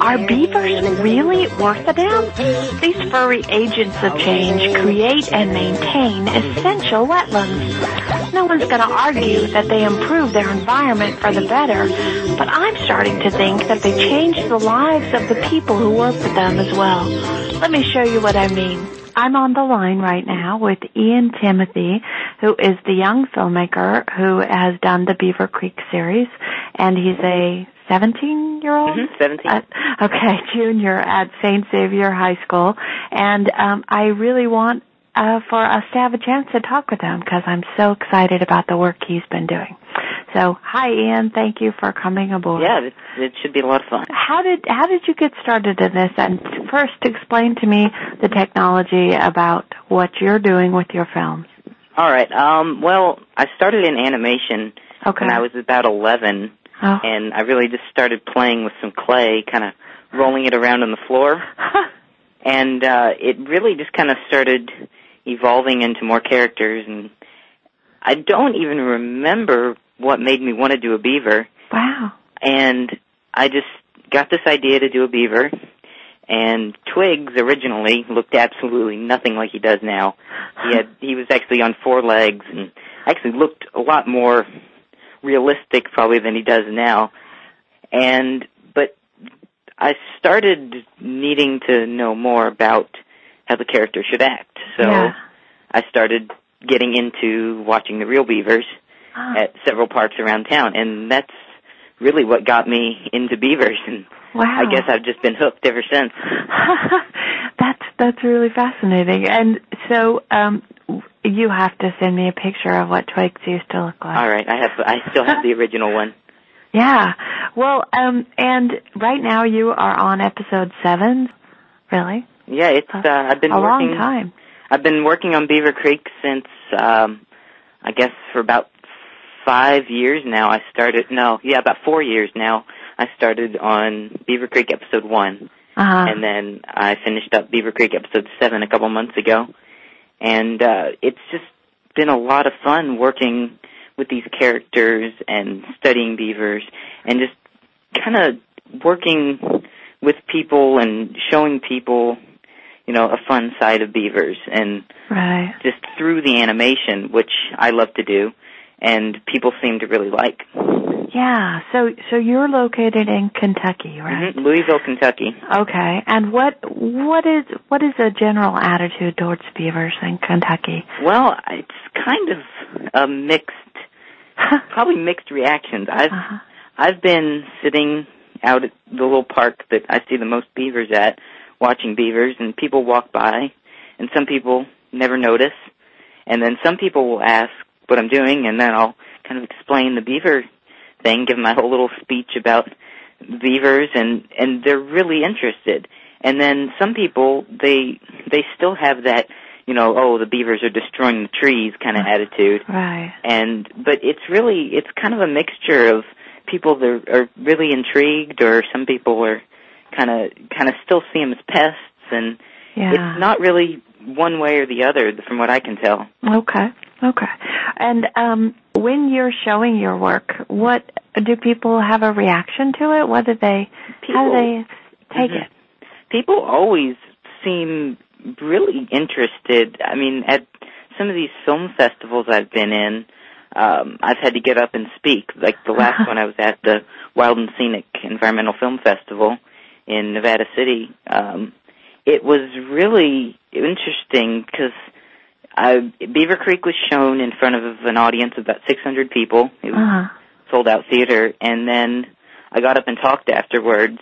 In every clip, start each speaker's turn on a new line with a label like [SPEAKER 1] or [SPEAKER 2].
[SPEAKER 1] Are beavers really worth a damn? These furry agents of change create and maintain essential wetlands. No one's going to argue that they improve their environment for the better, but I'm starting to think that they change the lives of the people who work with them as well. Let me show you what I mean. I'm on the line right now with Ian Timothy, who is the young filmmaker who has done the Beaver Creek series, and he's a 17 year old?
[SPEAKER 2] Mhm, 17.
[SPEAKER 1] At, okay, junior at St. Xavier High School. And um, I really want uh, for us to have a chance to talk with him because I'm so excited about the work he's been doing. So, hi Ian, thank you for coming aboard.
[SPEAKER 2] Yeah, it, it should be a lot of fun.
[SPEAKER 1] How did how did you get started in this? And first, explain to me the technology about what you're doing with your films.
[SPEAKER 2] All right. Um, well, I started in animation
[SPEAKER 1] Okay.
[SPEAKER 2] when I was about 11,
[SPEAKER 1] oh.
[SPEAKER 2] and I really just started playing with some clay, kind of rolling it around on the floor, and uh, it really just kind of started evolving into more characters. And I don't even remember what made me want to do a beaver.
[SPEAKER 1] wow.
[SPEAKER 2] and I just got this idea to do a beaver. And Twigs originally looked absolutely nothing like he does now. He had he was actually on four legs and actually looked a lot more realistic probably than he does now. And but I started needing to know more about how the character should act. So
[SPEAKER 1] Yeah.
[SPEAKER 2] I started getting into watching the real beavers
[SPEAKER 1] Oh,
[SPEAKER 2] at several parks around town, and that's really what got me into beavers. And
[SPEAKER 1] wow.
[SPEAKER 2] I guess I've just been hooked ever since.
[SPEAKER 1] that's that's really fascinating. And so um you have to send me a picture of what twigs used to look like.
[SPEAKER 2] All right, I have I still have the original one.
[SPEAKER 1] Yeah. Well, um and right now you are on episode 7. Really?
[SPEAKER 2] Yeah, it's uh, I've been
[SPEAKER 1] a
[SPEAKER 2] working
[SPEAKER 1] long time.
[SPEAKER 2] I've been working on Beaver Creek since um I guess for about 5 years now. I started no, yeah, about 4 years now. I started on Beaver Creek episode 1.
[SPEAKER 1] Uh-huh.
[SPEAKER 2] and then I finished up Beaver Creek episode seven a couple months ago, and uh, it's just been a lot of fun working with these characters and studying beavers and just kind of working with people and showing people, you know, a fun side of beavers and
[SPEAKER 1] right.
[SPEAKER 2] just through the animation, which I love to do, and people seem to really like.
[SPEAKER 1] Yeah. So so you're located in Kentucky, right?
[SPEAKER 2] Mhm, Louisville, Kentucky.
[SPEAKER 1] Okay. And what what is what is the general attitude towards beavers in Kentucky?
[SPEAKER 2] Well, it's kind of a mixed probably mixed reactions. I've
[SPEAKER 1] Uh-huh.
[SPEAKER 2] I've been sitting out at the little park that I see the most beavers at, watching beavers, and people walk by, and some people never notice, and then some people will ask what I'm doing, and then I'll kind of explain the beaver thing, give my whole little speech about beavers, and and they're really interested. And then some people they they still have that you know oh the beavers are destroying the trees kind of attitude
[SPEAKER 1] Right.
[SPEAKER 2] and but it's really it's kind of a mixture of people that are, are really intrigued or some people are kind of kind of still see them as pests and
[SPEAKER 1] Yeah.
[SPEAKER 2] it's not really one way or the other from what i can tell
[SPEAKER 1] Okay. Okay. And um when you're showing your work, what do people have a reaction to it? What do they how do they take
[SPEAKER 2] Mhm.
[SPEAKER 1] it?
[SPEAKER 2] people always seem really interested i mean at some of these film festivals i've been in um i've had to get up and speak like the last one i was at the wild and scenic environmental film festival in nevada city um it was really interesting because I, Beaver Creek was shown in front of an audience of about 600 people. It was
[SPEAKER 1] Uh-huh.
[SPEAKER 2] sold out theater and then I got up and talked afterwards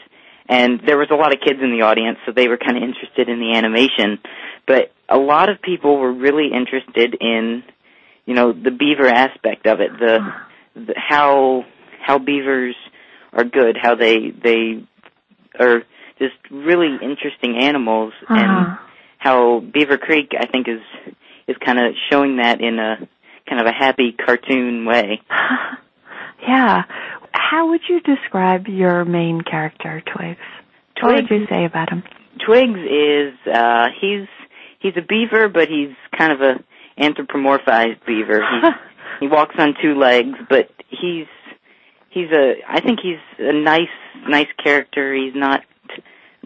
[SPEAKER 2] and there was a lot of kids in the audience so they were kind of interested in the animation but a lot of people were really interested in you know the beaver aspect of it the, the how how beavers are good how they they are just really interesting animals and
[SPEAKER 1] Uh-huh.
[SPEAKER 2] how Beaver Creek I think is is kind of showing that in a kind of a happy cartoon way
[SPEAKER 1] yeah. How would you describe your main character, Twigs? What would
[SPEAKER 2] Twigs
[SPEAKER 1] you say about him?
[SPEAKER 2] Twigs is uh he's he's a beaver but he's kind of a anthropomorphized beaver. He he walks on two legs but he's he's a I think he's a nice nice character. He's not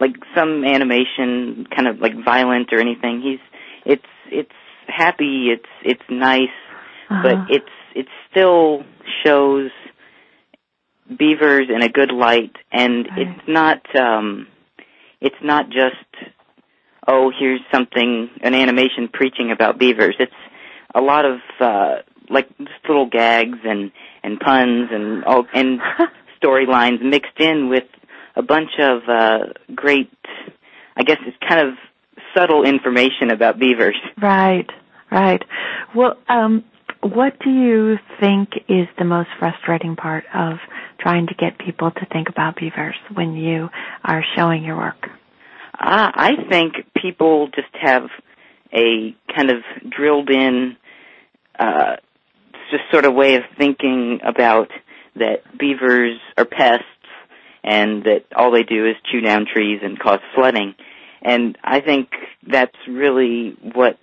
[SPEAKER 2] like some animation kind of like violent or anything. He's it's it's happy, it's it's nice,
[SPEAKER 1] Uh-huh.
[SPEAKER 2] but it's it still shows beavers in a good light and
[SPEAKER 1] Right.
[SPEAKER 2] it's not um it's not just oh here's something an animation preaching about beavers it's a lot of uh like just little gags and and puns and all and storylines mixed in with a bunch of uh great i guess it's kind of subtle information about beavers
[SPEAKER 1] Right, right. Well, um, what do you think is the most frustrating part of trying to get people to think about beavers when you are showing your work?
[SPEAKER 2] Uh, I think people just have a kind of drilled in, uh, just sort of way of thinking about that beavers are pests and that all they do is chew down trees and cause flooding. And I think that's really what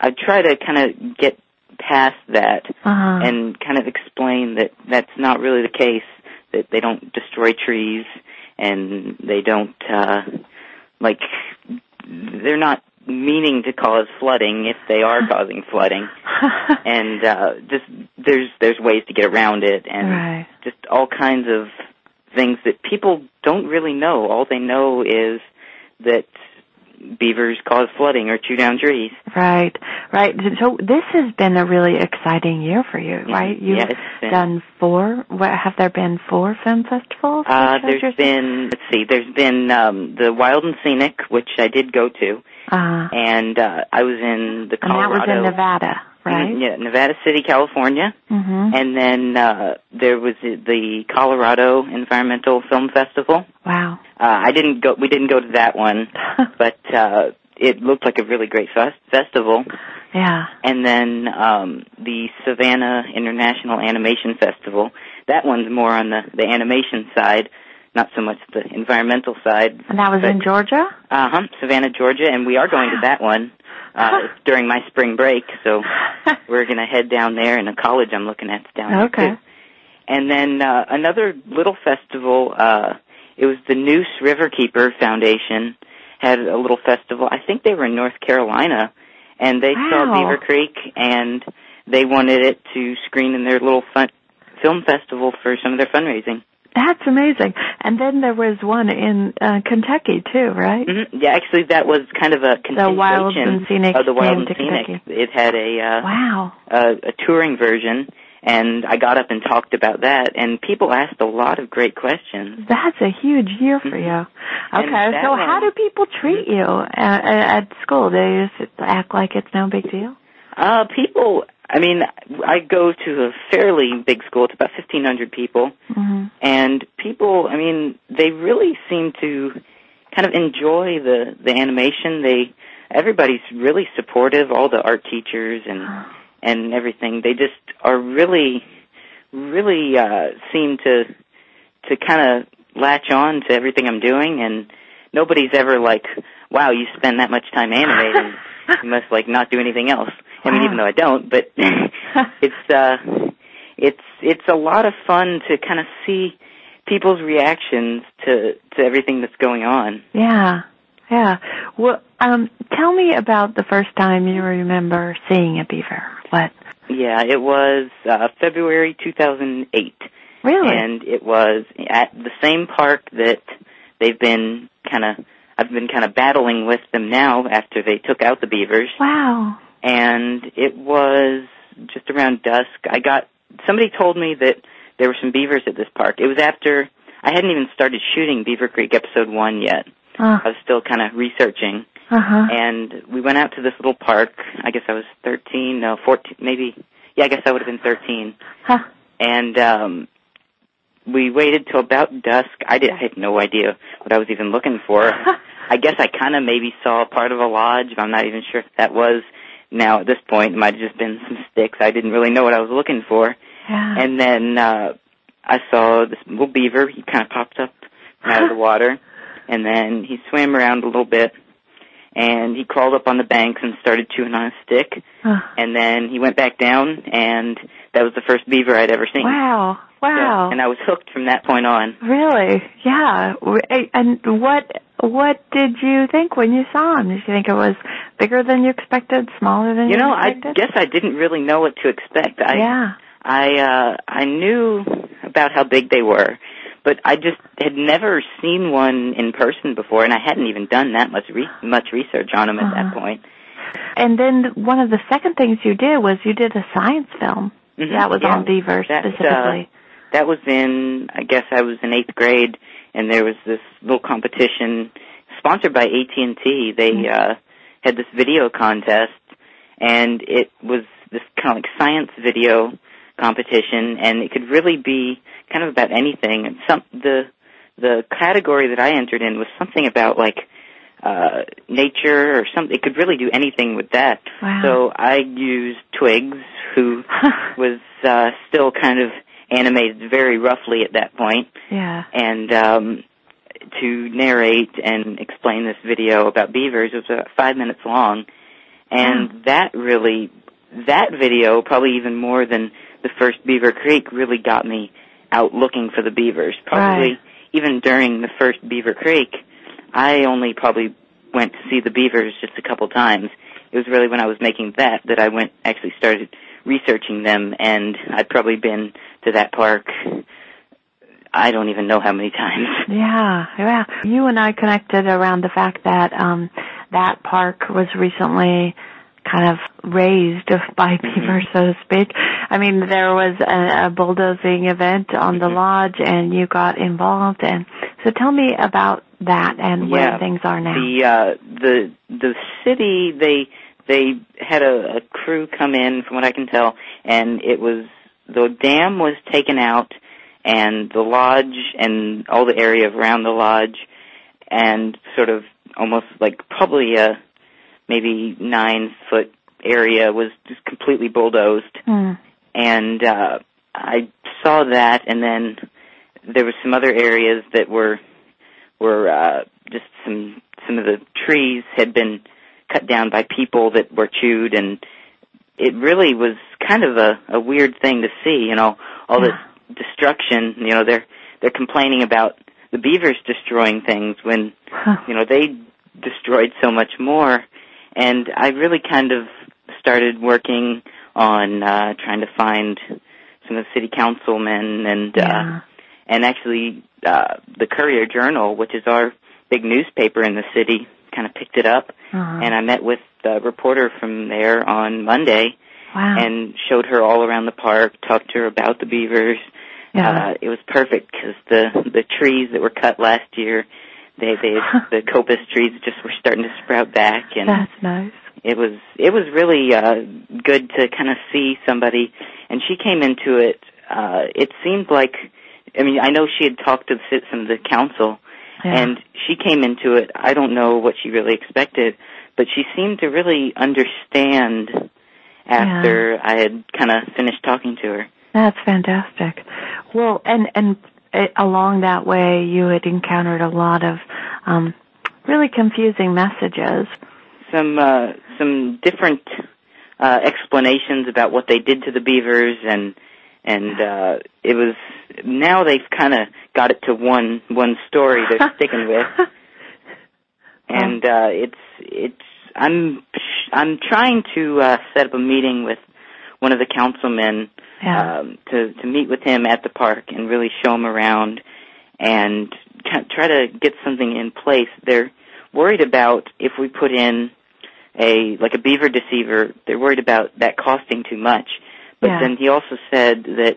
[SPEAKER 2] I try to kind of get past that
[SPEAKER 1] Uh-huh.
[SPEAKER 2] and kind of explain that that's not really the case that they don't destroy trees and they don't uh like they're not meaning to cause flooding if they are
[SPEAKER 1] Uh-huh.
[SPEAKER 2] causing flooding and uh just there's there's ways to get around it and
[SPEAKER 1] right,
[SPEAKER 2] just all kinds of things that people don't really know all they know is that beavers cause flooding or chew down trees
[SPEAKER 1] right, right. So this has been a really exciting year for you, right? You've
[SPEAKER 2] yeah, Mm-hmm. it's been-
[SPEAKER 1] done four. What have there been four film festivals? that
[SPEAKER 2] Uh,
[SPEAKER 1] showed your-
[SPEAKER 2] there's been let's see, there's been um, the Wild and Scenic, which I did go to,
[SPEAKER 1] Uh,
[SPEAKER 2] and uh, I was in the
[SPEAKER 1] and that was
[SPEAKER 2] Colorado, Mm-hmm.
[SPEAKER 1] in Nevada, right?
[SPEAKER 2] yeah, Nevada City, California,
[SPEAKER 1] Mm-hmm.
[SPEAKER 2] and then uh, there was the- the Colorado Environmental Film Festival.
[SPEAKER 1] wow.
[SPEAKER 2] Uh, I didn't go, we didn't go to that one, but uh, it looked like a really great fest- festival.
[SPEAKER 1] yeah.
[SPEAKER 2] And then um, the Savannah International Animation Festival. That one's more on the, the animation side, not so much the environmental side.
[SPEAKER 1] And that was
[SPEAKER 2] But-
[SPEAKER 1] in Georgia?
[SPEAKER 2] Uh huh. Savannah, Georgia, and we are going to that one uh, it's during my spring break. So we're going to head down there, and a college I'm looking at's down
[SPEAKER 1] Okay.
[SPEAKER 2] there too. And then uh, another little festival. Uh, it was the Noose Riverkeeper Foundation had a little festival. I think they were in North Carolina, and they
[SPEAKER 1] Wow.
[SPEAKER 2] saw Beaver Creek, and they wanted it to screen in their little fun film festival for some of their fundraising.
[SPEAKER 1] That's amazing. And then there was one in uh, Kentucky too, right?
[SPEAKER 2] hmm Yeah, actually, that was kind of a
[SPEAKER 1] The
[SPEAKER 2] continuation
[SPEAKER 1] Wild and Scenic
[SPEAKER 2] of the Wild
[SPEAKER 1] came
[SPEAKER 2] and
[SPEAKER 1] to
[SPEAKER 2] Scenic.
[SPEAKER 1] Kentucky.
[SPEAKER 2] It had a uh,
[SPEAKER 1] Wow.
[SPEAKER 2] a, a touring version, and I got up and talked about that, and people asked a lot of great questions.
[SPEAKER 1] That's a huge year for
[SPEAKER 2] Mhm.
[SPEAKER 1] you.
[SPEAKER 2] And
[SPEAKER 1] Okay,
[SPEAKER 2] that
[SPEAKER 1] so
[SPEAKER 2] one- Mm-hmm.
[SPEAKER 1] how do people treat you at, at school? They just act like it's no big deal?
[SPEAKER 2] Uh, people, I mean, I go to a fairly big school; it's about fifteen hundred people,
[SPEAKER 1] hmm
[SPEAKER 2] and people, I mean, they really seem to kind of enjoy the the animation. They everybody's really supportive, all the art teachers and and everything. They just are really, really uh, seem to to kind of latch on to everything I'm doing, and nobody's ever like, "Wow, you spend that much time animating, you must like not do anything else." I mean,
[SPEAKER 1] Wow.
[SPEAKER 2] even though I don't, but it's uh, it's it's a lot of fun to kind of see people's reactions to to everything that's going on.
[SPEAKER 1] Yeah. Yeah. Well, um, tell me about the first time you remember seeing a beaver. What?
[SPEAKER 2] Yeah, it was uh, February 2008.
[SPEAKER 1] Really?
[SPEAKER 2] And it was at the same park that they've been kind of I've been kind of battling with them now after they took out the beavers
[SPEAKER 1] wow.
[SPEAKER 2] and it was just around dusk. I got somebody told me that there were some beavers at this park. It was after I hadn't even started shooting Beaver Creek episode 1 yet.
[SPEAKER 1] Uh
[SPEAKER 2] I was still kind of researching
[SPEAKER 1] huh.
[SPEAKER 2] and we went out to this little park. I guess I was 13, no, 14, maybe. Yeah, I guess I would have been 13
[SPEAKER 1] Huh.
[SPEAKER 2] and um we waited till about dusk. I did I had no idea what I was even looking for. I guess I kind of maybe saw part of a lodge. but I'm not even sure if that was. Now at this point, it might have just been some sticks. I didn't really know what I was looking for.
[SPEAKER 1] yeah.
[SPEAKER 2] And then uh I saw this little beaver. He kind of popped up out of the water, and then he swam around a little bit. and he crawled up on the banks and started chewing on a stick.
[SPEAKER 1] Huh.
[SPEAKER 2] And then he went back down, and that was the first beaver I'd ever seen.
[SPEAKER 1] Wow. Wow.
[SPEAKER 2] So- and I was hooked from that point on.
[SPEAKER 1] Really? Yeah. W- a- And what what did you think when you saw him? Did you think it was bigger than you expected, smaller than you,
[SPEAKER 2] You know, I
[SPEAKER 1] expected?
[SPEAKER 2] guess I didn't really know what to expect. I
[SPEAKER 1] Mm, yeah.
[SPEAKER 2] I uh I knew about how big they were, but I just had never seen one in person before, and I hadn't even done that much re- much research on them at that
[SPEAKER 1] Uh-huh.
[SPEAKER 2] point.
[SPEAKER 1] And then one of the second things you did was you did a science film.
[SPEAKER 2] Mhm,
[SPEAKER 1] That was
[SPEAKER 2] yeah.
[SPEAKER 1] on beavers
[SPEAKER 2] That, uh,
[SPEAKER 1] specifically.
[SPEAKER 2] That was in I guess I was in eighth grade, and there was this little competition sponsored by AT and T. They
[SPEAKER 1] Mhm.
[SPEAKER 2] uh had this video contest, and it was this kind of like science video competition, and it could really be kind of about anything. And some the the category that I entered in was something about like uh nature or something. It could really do anything with that.
[SPEAKER 1] wow.
[SPEAKER 2] So I used Twigs, who was uh, still kind of animated very roughly at that point,
[SPEAKER 1] yeah.
[SPEAKER 2] and um, to narrate and explain this video about beavers. It was about five minutes long, and that really, that video probably even more than the first Beaver Creek really got me out looking for the beavers. Probably
[SPEAKER 1] Right.
[SPEAKER 2] even during the first Beaver Creek, I only probably went to see the beavers just a couple times. It was really when I was making that that I went actually started researching them, and I'd probably been to that park. I don't even know how many times.
[SPEAKER 1] Yeah, yeah. You and I connected around the fact that um that park was recently kind of raised by
[SPEAKER 2] Mm-hmm.
[SPEAKER 1] beavers, so to speak. I mean, there was a, a bulldozing event on the
[SPEAKER 2] Mhm.
[SPEAKER 1] lodge, and you got involved. And so, tell me about that and where
[SPEAKER 2] Yeah,
[SPEAKER 1] things are now.
[SPEAKER 2] The uh, the the city they they had a, a crew come in from what I can tell, and it was the dam was taken out, and the lodge and all the area around the lodge, and sort of almost like probably a maybe nine foot area was just completely bulldozed,
[SPEAKER 1] Hmm.
[SPEAKER 2] and uh, I saw that, and then there were some other areas that were were uh, just some some of the trees had been cut down by people that were chewed, and it really was kind of a, a weird thing to see. You know, all this destruction. You know, they're they're complaining about the beavers destroying things when you know they destroyed so much more and i really kind of started working on uh trying to find some of the city councilmen and uh
[SPEAKER 1] yeah.
[SPEAKER 2] and actually uh the courier journal which is our big newspaper in the city kind of picked it up
[SPEAKER 1] Uh-huh.
[SPEAKER 2] and i met with the reporter from there on monday
[SPEAKER 1] wow.
[SPEAKER 2] and showed her all around the park talked to her about the beavers
[SPEAKER 1] yeah.
[SPEAKER 2] uh, it was perfect because the the trees that were cut last year, they they the copus trees just were starting to sprout back, and
[SPEAKER 1] That's nice.
[SPEAKER 2] it was it was really uh, good to kind of see somebody. And she came into it. Uh, it seemed like, I mean, I know she had talked to the- some of the council,
[SPEAKER 1] Yeah.
[SPEAKER 2] and she came into it. I don't know what she really expected, but she seemed to really understand after I had kind of finished talking to her.
[SPEAKER 1] That's fantastic. Well, and and uh, along that way, you had encountered a lot of um, really confusing messages.
[SPEAKER 2] some uh, some different uh, explanations about what they did to the beavers, and and uh, it was now they've kind of got it to one one story they're sticking with, and uh, it's it's I'm I'm trying to uh, set up a meeting with one of the councilmen
[SPEAKER 1] Yeah.
[SPEAKER 2] um, to to meet with him at the park and really show him around and t- try to get something in place. They're worried about if we put in a like a beaver deceiver. They're worried about that costing too much. But
[SPEAKER 1] Yeah.
[SPEAKER 2] then he also said that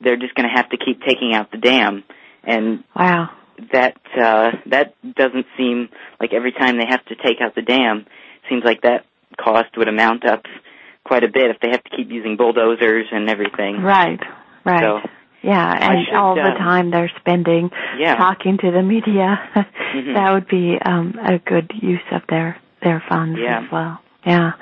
[SPEAKER 2] they're just going to have to keep taking out the dam, and
[SPEAKER 1] wow.
[SPEAKER 2] that uh, that doesn't seem like every time they have to take out the dam, seems like that cost would amount up quite a bit if they have to keep using bulldozers and everything.
[SPEAKER 1] Right. Right.
[SPEAKER 2] So
[SPEAKER 1] yeah, and
[SPEAKER 2] should,
[SPEAKER 1] all the
[SPEAKER 2] um,
[SPEAKER 1] time they're spending
[SPEAKER 2] yeah.
[SPEAKER 1] talking to the media,
[SPEAKER 2] Mhm.
[SPEAKER 1] that would be um, a good use of their their funds
[SPEAKER 2] Yeah.
[SPEAKER 1] as well. Yeah.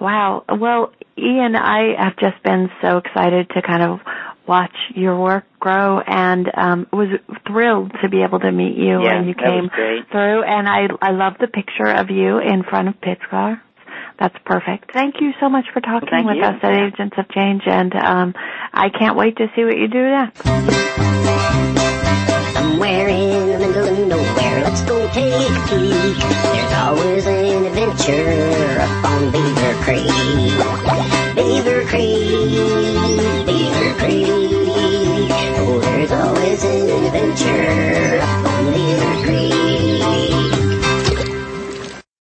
[SPEAKER 1] Wow. Well, Ian, I have just been so excited to kind of watch your work grow and um was thrilled to be able to meet you
[SPEAKER 2] Yeah,
[SPEAKER 1] when you
[SPEAKER 2] that
[SPEAKER 1] came
[SPEAKER 2] was great.
[SPEAKER 1] through and I I love the picture of you in front of Pittsburgh. That's perfect. Thank you so much for talking
[SPEAKER 2] thank
[SPEAKER 1] with
[SPEAKER 2] you.
[SPEAKER 1] us at Agents of Change and um I can't wait to see what you do next.
[SPEAKER 3] Somewhere in the middle of nowhere, let's go take a peek. There's always an adventure up on Beaver Creek. Oh, Beaver Creek.